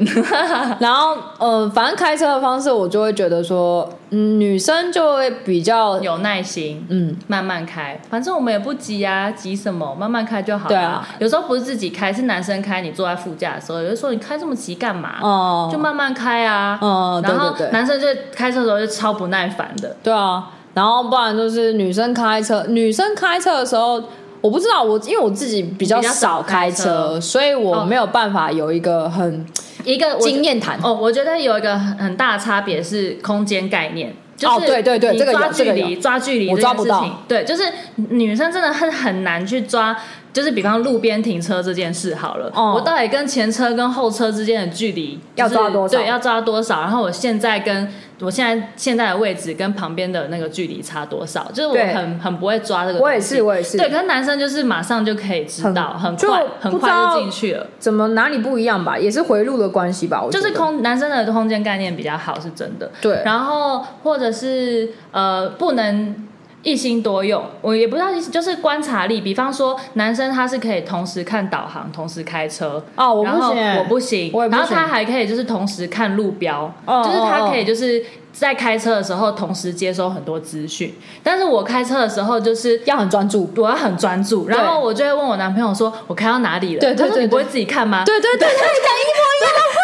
然后，呃，反正开车的方式，我就会觉得说，嗯，女生就会比较，
有耐心，
嗯，
慢慢开，反正我们也不急啊，急什么？慢慢开就好啦
对啊，
有时候不是自己开，是男生开，你坐在副驾的时候，有的时候你开这么急干嘛？
哦、
就慢慢开啊。
哦对
然后
对对
男生就开车的时候就超不耐烦的。
对啊。然后，不然就是女生开车，女生开车的时候，我不知道我，因为我自己比较
比较
少
少
开
开
车，
车
所以我没有办法有一个很
一个我
经验谈。
哦，我觉得有一个很很大的差别是空间概念。就是、
哦对对对这个有
抓距
这个
离，抓距离
我
这件事情，
抓不到
对，就是女生真的很很难去抓，就是比方路边停车这件事好了，
哦
我到底跟前车跟后车之间的距离、
要
就是
抓多少
对，要抓多少？然后我现在跟我现在现在的位置跟旁边的那个距离差多少？就是
对
我很很不会抓这个东西。
我也是，我也是，
对，可是男生就是马上就可以知
很
道，很
就
快
不
很
知
快
道
就进去了。
怎么哪里不一样吧？也是回路的关系吧？我
就是
觉得，
空男生的空间概念比较好，是真的。
对
然后或者是呃，不能一心多用，我也不知道意思，就是观察力。比方说，男生他是可以同时看导航，同时开车。
哦，我不
然后
行，
我不行，
我也不
然后
行
他还可以就是同时看路标，
哦
就是
哦
他
哦
可以就是在开车的时候同时接收很多资讯，但是我开车的时候就是
要很专注。
我要很专注，然后我就会问我男朋友说，我开到哪里了？
对对
他说
对
你不会
对
自己看吗？
对啊对对对，讲一模一样的话。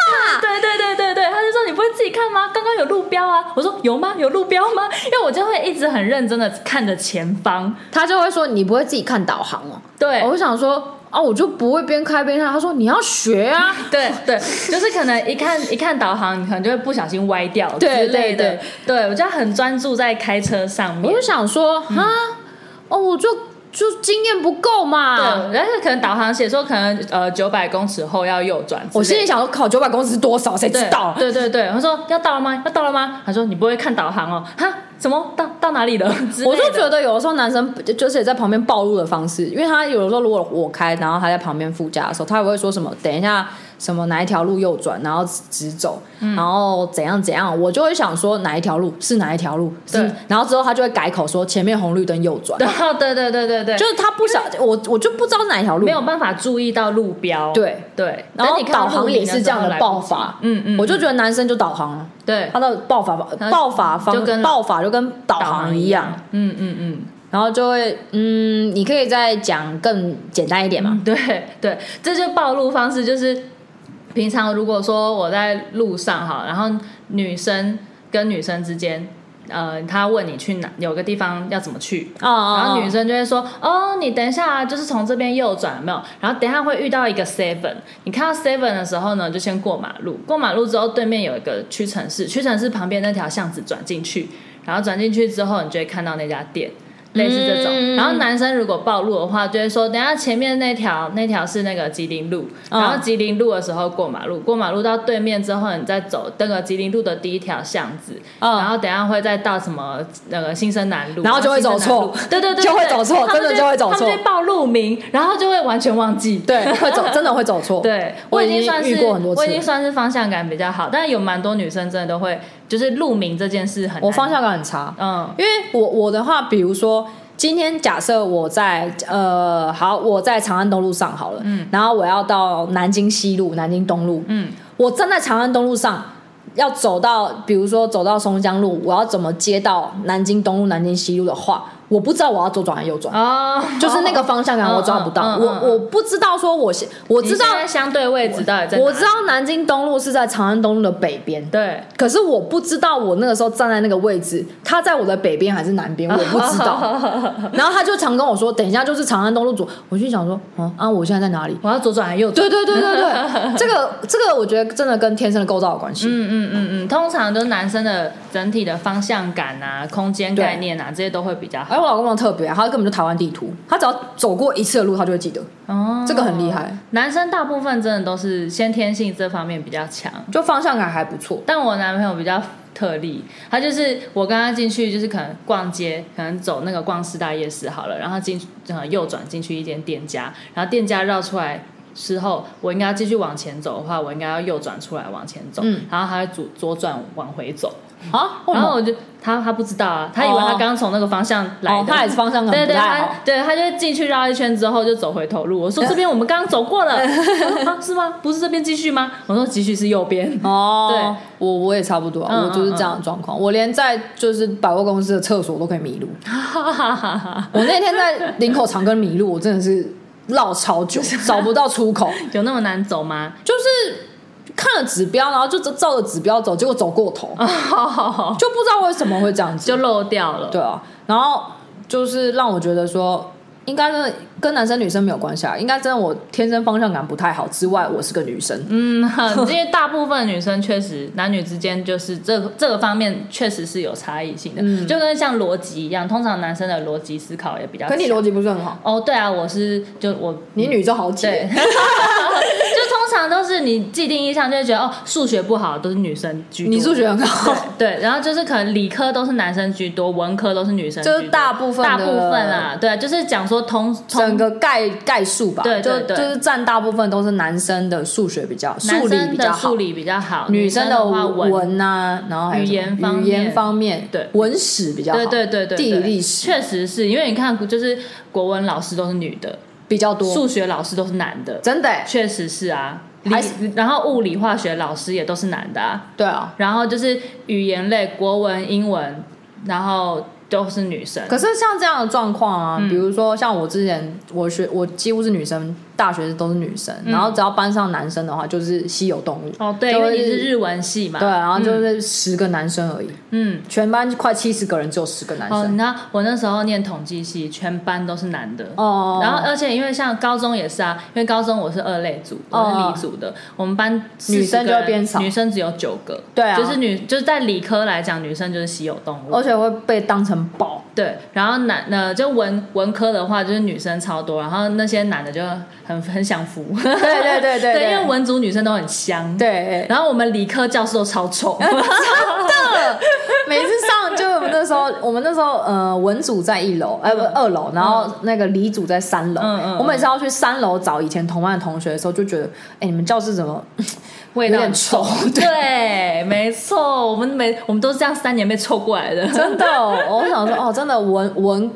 对对对对对，他就说你不会自己看吗？刚刚有路标啊！我说有吗？有路标吗？ 因为我就会一直很认真的看着前方。
他就会说你不会自己看导航哦。
对
我就想说啊，我就不会边开边看。他说你要学啊，
对对，就是可能一看 一看导航，你可能就会不小心歪掉之
对
类的。
对
对我就很专注在开车上
我
面
就。想说哈，哦，我就就经验不够
对
嘛。，
但啊是可能导航写说可能呃九百公尺后要右转之类的。
我心里想说，考九百公尺是多少？谁知
对
道？
对对对，他说要到了吗？要到了吗？他说你不会看导航哦？哈，怎么到到哪里了？之类
我就
的
觉得有的时候男生就是也在旁边暴露的方式，因为他有的时候如果我开，然后他在旁边副驾的时候，他也会说什么等一下什么哪一条路右转，然后直走，
嗯
然后怎样怎样，我就会想说哪一条路是哪一条路，是
对，
然后之后他就会改口说前面红绿灯右转，
对对对对对，
就是他不想我我就不知道是哪一条路，
没有办法注意到路标。
对。
对，
然后
等你看到
导航
路
也
名
是
时
这样
候
的
来
爆
不及
发，
嗯嗯，
我就觉得男生就导航了，
对，
他的爆法
他
爆法方
就跟
爆法就跟导航一样，，
嗯嗯嗯，
然后就会嗯，你可以再讲更简单一点嘛，
对对，这就暴露方式就是，平常如果说我在路上哈，然后女生跟女生之间。呃，他问你去哪，有个地方要怎么去，
哦哦，
然后女
生
生就会说：“哦，你等一下啊，就是从这边右转，有没有？然后等一下会遇到一个 seven，你看到 seven 的时候呢，就先过马路。过马路之后，对面有一个屈臣氏，屈臣氏旁边那条巷子转进去，然后转进去之后，你就会看到那家店，类似这种。
嗯
然后男生如果暴露的话，就会说：等一下前面那条那条是那个吉林路，
嗯
然后吉林路的时候过马路，过马路到对面之后，你再走那个吉林路的第一条巷子，
嗯
然后等一下会再到什么那个新生南路。”
然后就会走错
对对对对，
就会走错
他们
真的就会走错
他们就报路名，然后就会完全忘记。
对会走真的会走错，
对，
我
我
已
已
经
经算是
遇过很多次
我已经算是方向感比较好，但有蛮多女生真的都会，就是路名这件事很难
我方向感很差，
嗯
因为我我的话，比如说今天假设我在呃，好，我在长安东路上好了，嗯，然后我要到南京西路、南京东路，
嗯，
我站在长安东路上，要走到，比如说走到松江路，我要怎么接到南京东路、南京西路的话，我不知道我要左转还是右转，
哦，
就是 那个方向感
嗯
我抓不到，
嗯嗯嗯
我我不知道说我现我
你
知道
现在相对位置到底在哪里？
我知道南京东路是在长安东路的北边，
对，
可是我不知道我那个时候站在那个位置，它在我的北边还是南 边，我不知道。然后他就常跟我说，等一下就是长安东路左，我就想说，嗯啊，我现在在哪里？
我要左转还是右转？
对对对对 对，这个这个我觉得真的跟天生的构造有关系。
嗯嗯嗯嗯，通常都是男生的整体的方向感啊、空间概念啊，这些都会比较好。
而哎我老公的特别，他根本就台湾地图，他只要走过一次的路，他就会记得。
哦，
呃这个很厉害。
男生大部分真的都是先天性这方面比较强，
就方向感还不错。
但我男朋友比较特例，他就是我跟他进去就是可能逛街，可能走那个逛四大夜市好了，然后进呃右转进去一间店家，然后店家绕出来。之后，我应该要继续往前走的话，我应该要右转出来往前走，
嗯
然后他会左左转往回走，
啊，
然后我就他他不知道啊，他以为他刚从那个方向来
哦，
的，
他也是方向感
对
不
对，
太
他
好。
对他就进去绕一圈之后就走回头路。我说这边我们刚刚走过了，他说啊是吗？不是这边继续吗？我说继续是右边。
哦，对，我我也差不多啊，我
嗯
就是这样的状况。我连在就是百货公司的厕所都可以迷路。我那天在林口长庚迷路，我真的是绕超 久，找不到出口，
有那么难走吗？
就是看了指标，然后就照着指标走，结果走过头，就不知道为什么会这样子。
嗯就漏掉了。
对啊，然后就是让我觉得说，应该真的跟男生女生没有关系啊，应该真的我天生方向感不太好之外，我是个女生，
嗯，因为大部分女生确实男女之间就是这个这个方面确实是有差异性的，
嗯
就跟像逻辑一样，通常男生的逻辑思考也比较
可你
强。
逻辑不是很好，
哦，对啊，我是就我
你女就好
对
解，，
就通常都是你既定印象就会觉得哦，数学不好都是女生居多。
你数学很好，
对，然后就是可能理科都是男生居多，文科都是女生居
就
多，
是大部分
大
的
部分啊啦，对，就是讲说通
整
通
个概概数吧，
对对
就
对
就是占大部分都是男生的数学比较，
男
数理
生
比
的
较好
数。理比较好，
女
女
生
的话文。
文啊，然后还有
语
什么
言方
语言
面
方面，
对
文史比较好，
对对对对，
地理
对
历史
确实是因为你看，就是国文老师都是女的，
比较多，
数学老师都是男的，
真的欸，
确实是啊。
还
理然后物理化学老师也都是男的啊，
对啊，
然后就是语言类，国文、英文，然后都是女生。
可是像这样的状况啊，
嗯
比如说像我之前，我学我几乎是女生，大学都是女生，然后只要班上男生的话，就是稀有动物。
嗯哦，嗯对，
就
因
会
为你是日文系嘛。
对，啊然后就是十个男生而已，
嗯。
全班快七十个人，只有十个男
哦，你
生。
知道我那时候念统计系，全班都是男的。
哦，
然后，而且因为像高中也是啊，因为高中我是二类组，我是
哦
理组的，我们班
女生
40
就
个人
变少
女生只有九个，
对啊哦
就是女就是在理科来讲，女生就是稀有动物，
而且会被当成宝，
对。然后男呃就文文科的话，就是女生超多，然后那些男的就很很享福，对
对对对 对
对，因为文组女生都很香，。
对，
然后我们理科教授超丑，
每次上就我们那时候，我们那时候呃文组在一楼，呃不二楼，然后那个理组在三楼。
嗯嗯
我每次要去三楼找以前同班的同学的时候，就觉得，哎，你们教室怎么
味
有
道
点
很
臭？
对，没错，我们每我们都是这样三年被凑过来的，
真的哦、我想说，哦，真的文文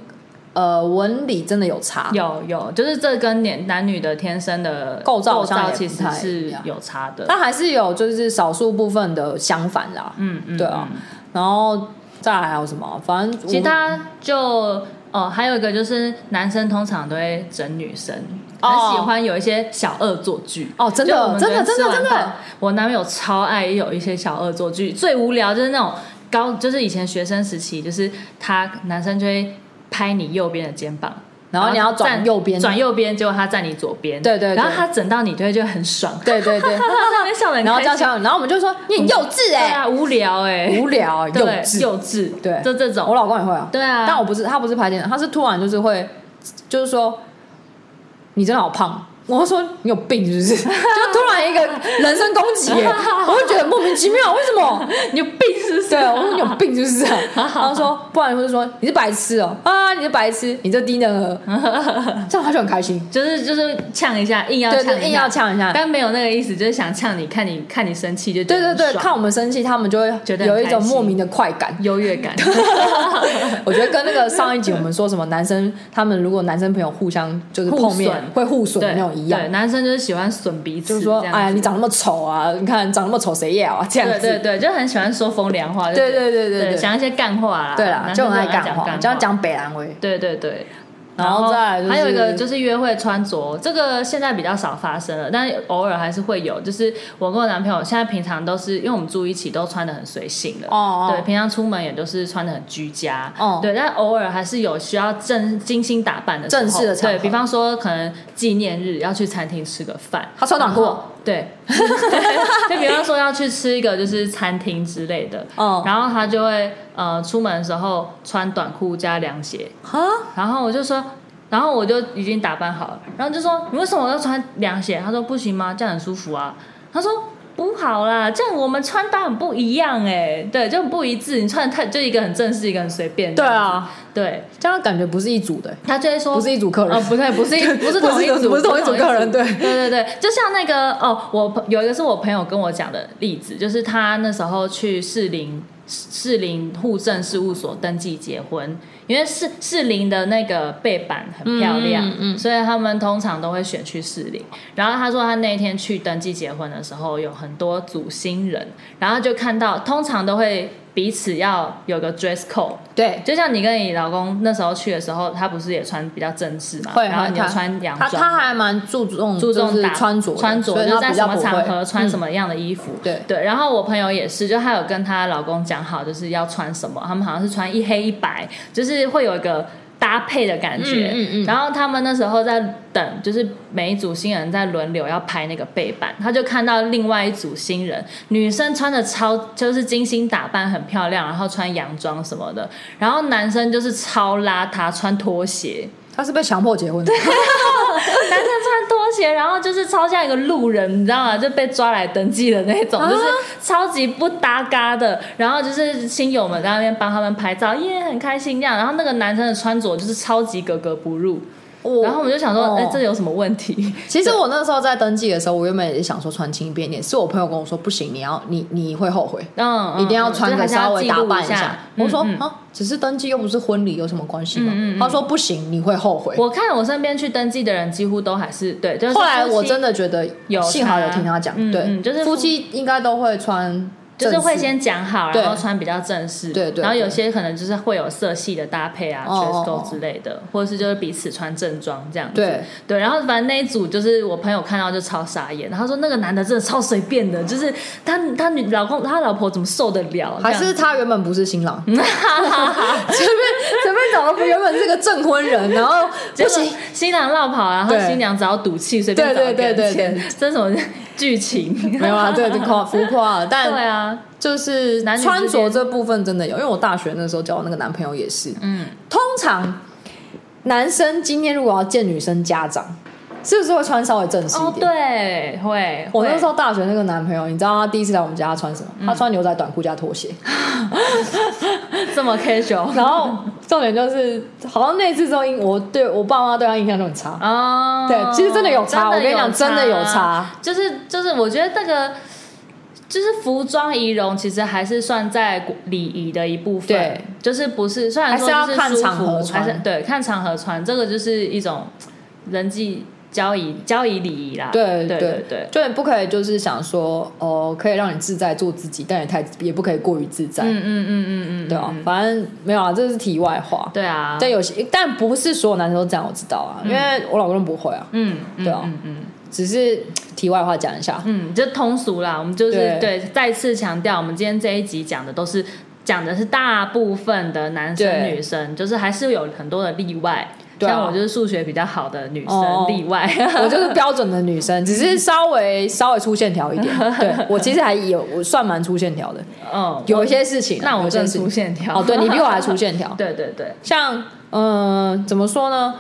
呃文理真的有 差，
有有，就是这跟年男女的天生的
构造
构
好像
造
也
其
不
实
太一
是
样
有差的。
但还是有就是少数部分的相反啦。
嗯嗯，
对啊，然后再来还有什么？反正我
其他就哦，还有一个就是男生通常都会整女生，很
哦
喜欢有一些小恶作剧。
哦，真
就我
的
们
真的真
昨天吃
的
完
真的
饭，我男朋友超爱有一些小恶作剧，最无聊就是那种高，就是以前学生时期，就是他男生就会拍你右边的肩膀，
然后你要转
啊站
右边
转右边，结果他站你左边，
对对对
然后他整到你，对，就很爽，
对对 对，
那边笑得很
然后
开
叫
心，
小，然 后我们就说你很幼稚
对
哎、
啊，无聊哎，
无聊啊幼
对
稚，
幼稚，
对
就这
我
种，
老公也会啊，
对啊，
但我不是他不是排解，他是突然就是会，就是说你真的好胖。我就说你有病是不是？就突 然一个人身攻击 耶，我会觉得莫名其妙，为什么？
你有病是不是？
对，我说你有病是不是啊？然后说，不然我就说你是白痴哦、啊，你是白痴，你这低能儿， 这样他就很开心，
就是就是呛一下，硬要
对，
呛
就
一下，
硬要呛一下。
但没有那个意思，就是想呛你， 看你看你生气就觉
对
得
对对，
很爽
看我们生气，他们就会
觉得很
有一种
开心
莫名的快感。
优越 感，
我觉得跟那个上一集我们说什么男生，他们如果男生朋友互相就是
互
碰面
损
会互损的
对
那种一样
对，，男生就是喜欢损彼此，
就是说
这样子
哎呀，你长那么丑啊，你看长那么丑谁要啊这样
对
子。
对对，就很喜欢说风凉话，就觉
对
得
对对对
对
对
讲一些干话啦，
对啦，
男
就
生
很爱
讲
干话，
干
就要，讲北兰威。
对对对。
然后再来就是
还有一个就是约会穿着，这个现在比较少发生了，但是偶尔还是会有。就是我跟我男朋友现在平常都是，因为我们住一起都穿的很随性的，
哦哦
对，平常出门也都是穿的很居家，
哦
对，但偶尔还是有需要正精心打扮的时候
正式的场合
对比方说可能纪念日要去餐厅吃个饭，
他穿短裤
然后，对， 对就比方说要去吃一个就是餐厅之类的，
嗯
然后他就会呃出门的时候穿短裤加凉鞋，
啊，
然后我就说，然后我就已经打扮好了，然后就说你为什么要穿凉鞋？他说不行吗？这样很舒服啊。他说不好啦，这样我们穿搭很不一样哎、对，就很不一致。你穿的太就一个很正式，一个很随便。
对，啊，
对，
这样感觉不是一组的，欸
他就会说
不是一组客人
哦，不对，不是一不是同一组，
不是同一组客人对
对对对，就像那个哦，我朋有一个是我朋友跟我讲的例子，就是他那时候去士林士林户政事务所登记结婚，因为士士林的那个背板很漂亮，
嗯嗯嗯
所以他们通常都会选去士林。然后他说他那天去登记结婚的时候，有很多组新人，然后就看到通常都会彼此要有个 dress code。
对，
就像你跟你老公那时候去的时候，他不是也穿比较正式嘛？
会
然后
会
你有
看
穿洋
他
装，
他还蛮注重
注重
就是
打
穿着的
穿着
所以
就
他
是在
比
什
较
么
不
场
会
合穿什
嗯
么样的衣服。
对
对，然后我朋友也是，就她有跟她老公讲好，就是要穿什么，他们好像是穿一黑一白，就是会有一个。搭配的感觉，
嗯嗯嗯
然后他们那时候在等，就是每一组新人在轮流要拍那个背板，他就看到另外一组新人，女生穿的超就是精心打扮，很漂亮，然后穿洋装什么的，然后男生就是超邋遢，穿拖鞋，
嗯他是被强迫结婚的，
男生穿拖鞋，然后就是超像一个路人，你知道吗？就被抓来登记的那种，就是超级不搭嘎的。然后就是亲友们在那边帮他们拍照，耶，很开心这样。然后那个男生的穿着就是超级格格不入，
我
然后我们就想说，
哦
哎、这有什么问题？
其实我那时候在登记的时候，我原本也想说穿轻便一点，是我朋友跟我说不行，你要你你会后悔，
嗯，嗯
一定要
嗯
穿
就
个
是还是要
稍微
记录
打扮
一
一下。我说
嗯嗯嗯
啊，只是登记又不是婚礼，有什么关系吗？他说不行，你会后悔。
我看我身边去登记的人几乎都还是对，就是
后来
夫妻
我真的觉得
有
幸好
差
有听他讲，
嗯
对，
嗯就是
夫
夫
妻应该都会穿
就
正式，
是会先讲好，
对
然后穿比较正式，
对对
然后有
对
些可能就是会有色系的搭配啊
哦
，dress
哦哦
code 之类的，或者是就是彼此穿正装这样子。
对
对，然后反正那一组就是我朋友看到就超傻眼，他说那个男的真的超随便的，就是他他女老公他老婆怎么受得了？
还
这
是
样
他原本不是新 郎，随便随便找个原本是个证婚人，然后
结
不
果
行，
新郎绕跑，啊然后
对
新娘只要赌气，随便
对对
找一个人
对对
签
对，
这是什么 剧情？
没有啊，对，这夸浮夸了，但
对啊，
就是
男女之
穿着
间
这部分真的有，因为我大学那时候交我那个男朋友也是，
嗯，
通常男生今天如果要见女生家长，是不是会穿稍微正式一
哦，
点？
对，会，
我那
会
时候大学那个男朋友，你知道他第一次来我们家他穿什
嗯
么？他穿牛仔短裤加拖鞋，
这么 casual，
然后重点就是，好像那次之后，因我对我爸妈对他印象就很差。
哦，
对其实真的有差
真的
我跟你讲真的有差，
就是就是，我觉得那个就是服装仪容，其实还是算在礼仪的一部分，
对，
就是不是虽然说
还是
就
要看
舒服
场合穿
还是对看场合穿，这个就是一种人际交易交易礼仪啦，
对
对
对
对，
就你不可以就是想说，哦，可以让你自在做自己，但也太也不可以过于自在，
嗯嗯嗯嗯嗯，
对啊，反正没有啊，这是题外话。
对啊，
但有些，但不是所有男生都这样，我知道啊，因为我老公不会啊，
嗯，嗯
对啊
嗯嗯。
只是题外话讲一下。
嗯，就通俗啦，我们就是
对
对再次强调，我们今天这一集讲的都是讲的是大部分的男生
对
女生，就是还是有很多的例外。
对啊
像我就是数学比较好的女生、
哦
例外，
我 就是标准的女生，只
嗯
是稍微稍微粗线条 一点。对我其实还有，我算蛮粗线条的，
嗯，
有一哦些事情啊，
那
有
我
一些
更
事情
粗线条 。
哦，对你比我还粗线条
对对对，
像嗯、呃怎么说呢？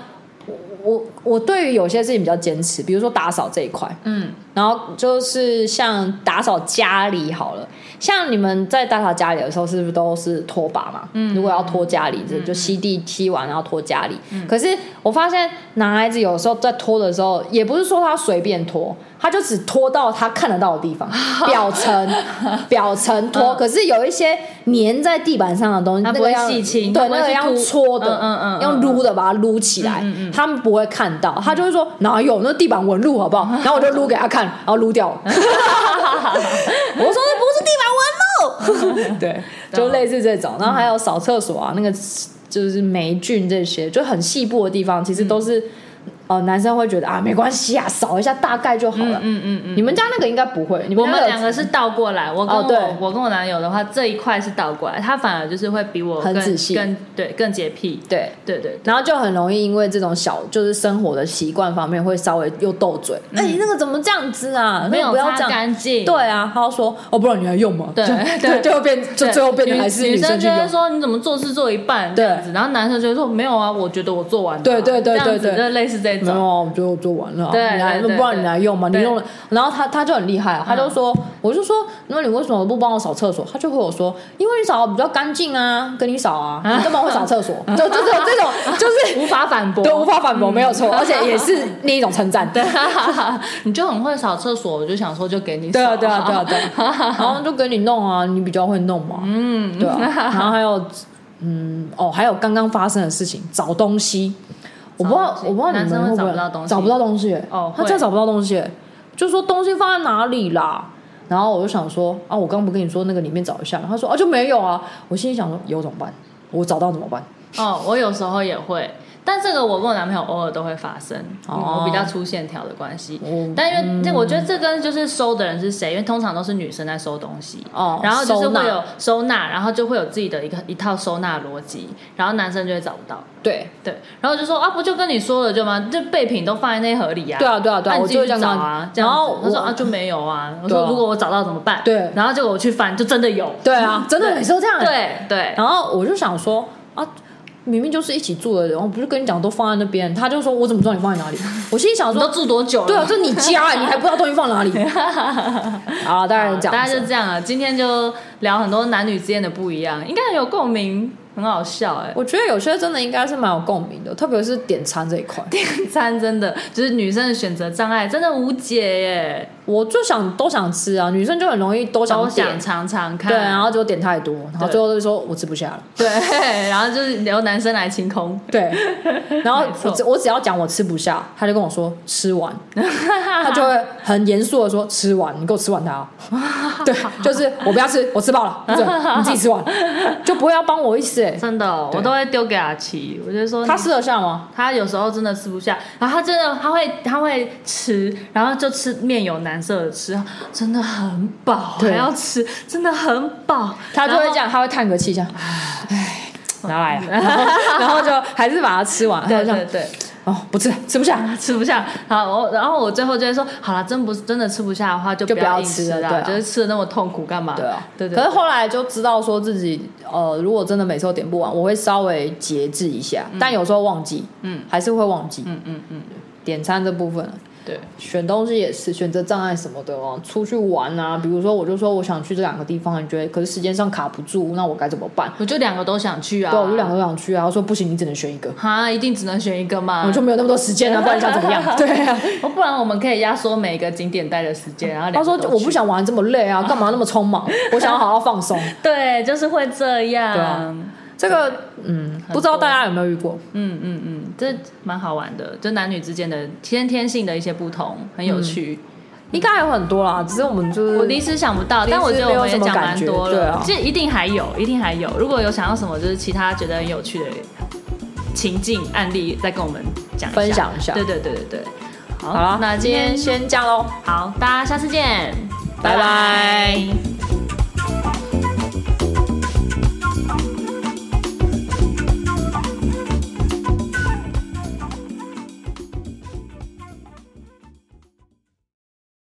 我我我对于有些事情比较坚持，比如说打扫这一块，
嗯，
然后就是像打扫家里好了，像你们在打扫家里的时候，是不是都是拖把嘛？嗯，如果要拖家里，
嗯
就就吸地吸完然后拖家里。可是我发现男孩子有时候在拖的时候，也不是说他随便拖，他就只拖到他看得到的地 方，表层表层拖。可是有一些粘在地板上的东西，
嗯他
那
不
个
会
要
细清
对，
他不会
那个
去
要
凸
搓的，
嗯嗯嗯嗯嗯
用撸的把它撸起来，他们不会看到，他就会说哪有那地板纹路好不好？
嗯
然后我就撸给他看，然后撸 掉了。我说那不是地板纹路， 对，就类似这种。然
嗯
后还有扫厕所啊，那个就是霉菌这些，就很细部的地方，其实都是。
嗯
哦，男生会觉得啊，没关系啊，扫一下大概就好了。
嗯嗯嗯。
你们家那个应该不会，你
我
家
们
有
两个是倒过来，我跟我、
哦对
我跟我男友的话，这一块是倒过来，他反而就是会比我
很
更
仔细
更对更洁癖，
对，
对对
然后就很容易因为这种小就是生活的习惯方面会稍微又斗嘴，哎、你那个怎么这样子啊？
嗯没有
那个不要
擦
这样。
干净，
对啊，他就说哦，不然你还用吗？
对
就
对
就会变，就
对
最后变
女
成还是
女
生去
就会
用。
说你怎么做事做一半这样子，然后男生就会说没有啊，我觉得我做完了啊，
对对对
这样子
对对
就类似这
没有啊，
种，
我就做完了啊。
对
你来，
对对
不然你来用嘛？你
对
用了，然后他他就很厉害啊，他就
嗯
说，我就说，那你为什么不帮我扫厕所？他就和我说，因为你扫得比较干净啊，跟你扫啊，你干嘛会扫厕所？就就这种这种，就是
无法反驳，
对无法
嗯
反驳，没有错，而且也是另一种称赞。对
你就很会扫厕所，我就想说就给你扫
对啊，对啊，对啊，对啊，然后就给你弄啊，你比较会弄嘛，嗯，对啊，然后还有，嗯，哦，还有刚刚发生的事情，找东西，我不知道
找，东西
我不知道你
男生
们
会
会不
找
会
不到东西
找不到东西欸，
哦
他
会
真的找不到东西欸，就说东西放在哪里啦。然后我就想说啊，我刚不跟你说那个里面找一下吗，他说啊就没有啊，我心里想说有怎么办？我找到怎么办？
哦，我有时候也会，但这个我跟我男朋友偶尔都会发生，嗯
哦
我比较粗线条的关系。
嗯
但因为这，我觉得这跟就是收的人是谁，因为通常都是女生在收东西，
哦
然后就是
收纳
会有收纳，然后就会有自己的一个一套收纳逻辑，然后男生就会找不到。
对
对，然后就说啊，不就跟你说了就吗？这备品都放在那盒里呀、
对啊对啊对啊
那你
我
自
就
己
会这样
去找啊。
跟他
这样子
然后
他说
我
啊就没有啊，我
对
说
啊
如果我找到怎么办？
对
然后结果我去翻，就真的有。
对啊，真的每次都这样欸，
对对，
然后我就想说啊，明明就是一起住的人，我不是跟你讲都放在那边，他就说我怎么知道你放在哪里？我心里想
你都
说，
住多久了？
对啊，这你家、你还不知道东西放哪 里？啊，大概
好
是这样子，
大家就这样啊。今天就聊很多男女之间的不一样，应该很有共鸣，很好笑哎、
我觉得有些真的应该是蛮有共鸣的，特别是点餐这一块，
餐真的就是女生的选择障碍，真的无解耶，
我就想都想吃啊，女生就很容易都想
都
点，
想尝尝看。
对，啊然后就点太多，然后
对
最后就说我吃不下了，
对， 然后就是由男生来清空。
对，然后
没错
我只我只要讲我吃不下，他就跟我说吃完，他就会很严肃的说吃完，你给我吃完它哦、 对，就是我不要吃，我吃饱了，这你自己吃完，就不要帮我一思、欸。
真的哦、我都会丢给阿奇，我就说
他
你
吃得下吗？
他有时候真的吃不下，然后他真的他会他会吃，然后就吃面有难色的吃，真的很饱，
对
还要吃，真的很饱，
他就
然
会
后
这样，他会叹个气，这样，唉，拿来了，啊 然后然后就还是把它吃完，他
对
就这
对
样，
对，
哦，不吃，吃不下，
吃不下。好，我然后我最后就会说，好了，真不真的吃不下的话，就
就不要
硬
吃
吃
了
啦
对啊
就是吃的那么痛苦干嘛？
对啊，
对对
可是
对
后来就知道说自己呃，如果真的每次都点不完，我会稍微节制一下，但有时候忘记，
嗯，
还是会忘记。
嗯嗯嗯，
点餐这部分，
对，
选东西也是选择障碍什么的哦。出去玩啊，比如说我就说我想去这两个地方，你觉得可是时间上卡不住，那我该怎么办？
我就两个都想去啊，
对，我就两个都想去啊。他说不行，你只能选一个，
哈，一定只能选一个嘛
我。就没有那么多时间 啊，不然你想怎么样？对啊。
哦不然我们可以压缩每个景点待的时间，然后
他
两
说
个都去
我不想玩这么累啊，干嘛那么匆忙？我想要好好放松。
对，就是会这样。
对啊 这个嗯，不知道大家有没有遇过？
嗯嗯嗯，这蛮好玩的，就男女之间的先天性的一些不同，很有
嗯
趣。
应该还有很多啦，只是我们就是
我临时想不到，
临时
但我觉得我们也讲蛮多
没有什么感觉对
了
啊，
这、一定还有，一定还有。如果有想到什么，就是其他觉得很有趣的情境案例，再跟我们讲一下
分享一下
对对对对对。好，
好啦，
那
那
今
今
天
天先这样喽。
好，大家下次见，
拜拜
拜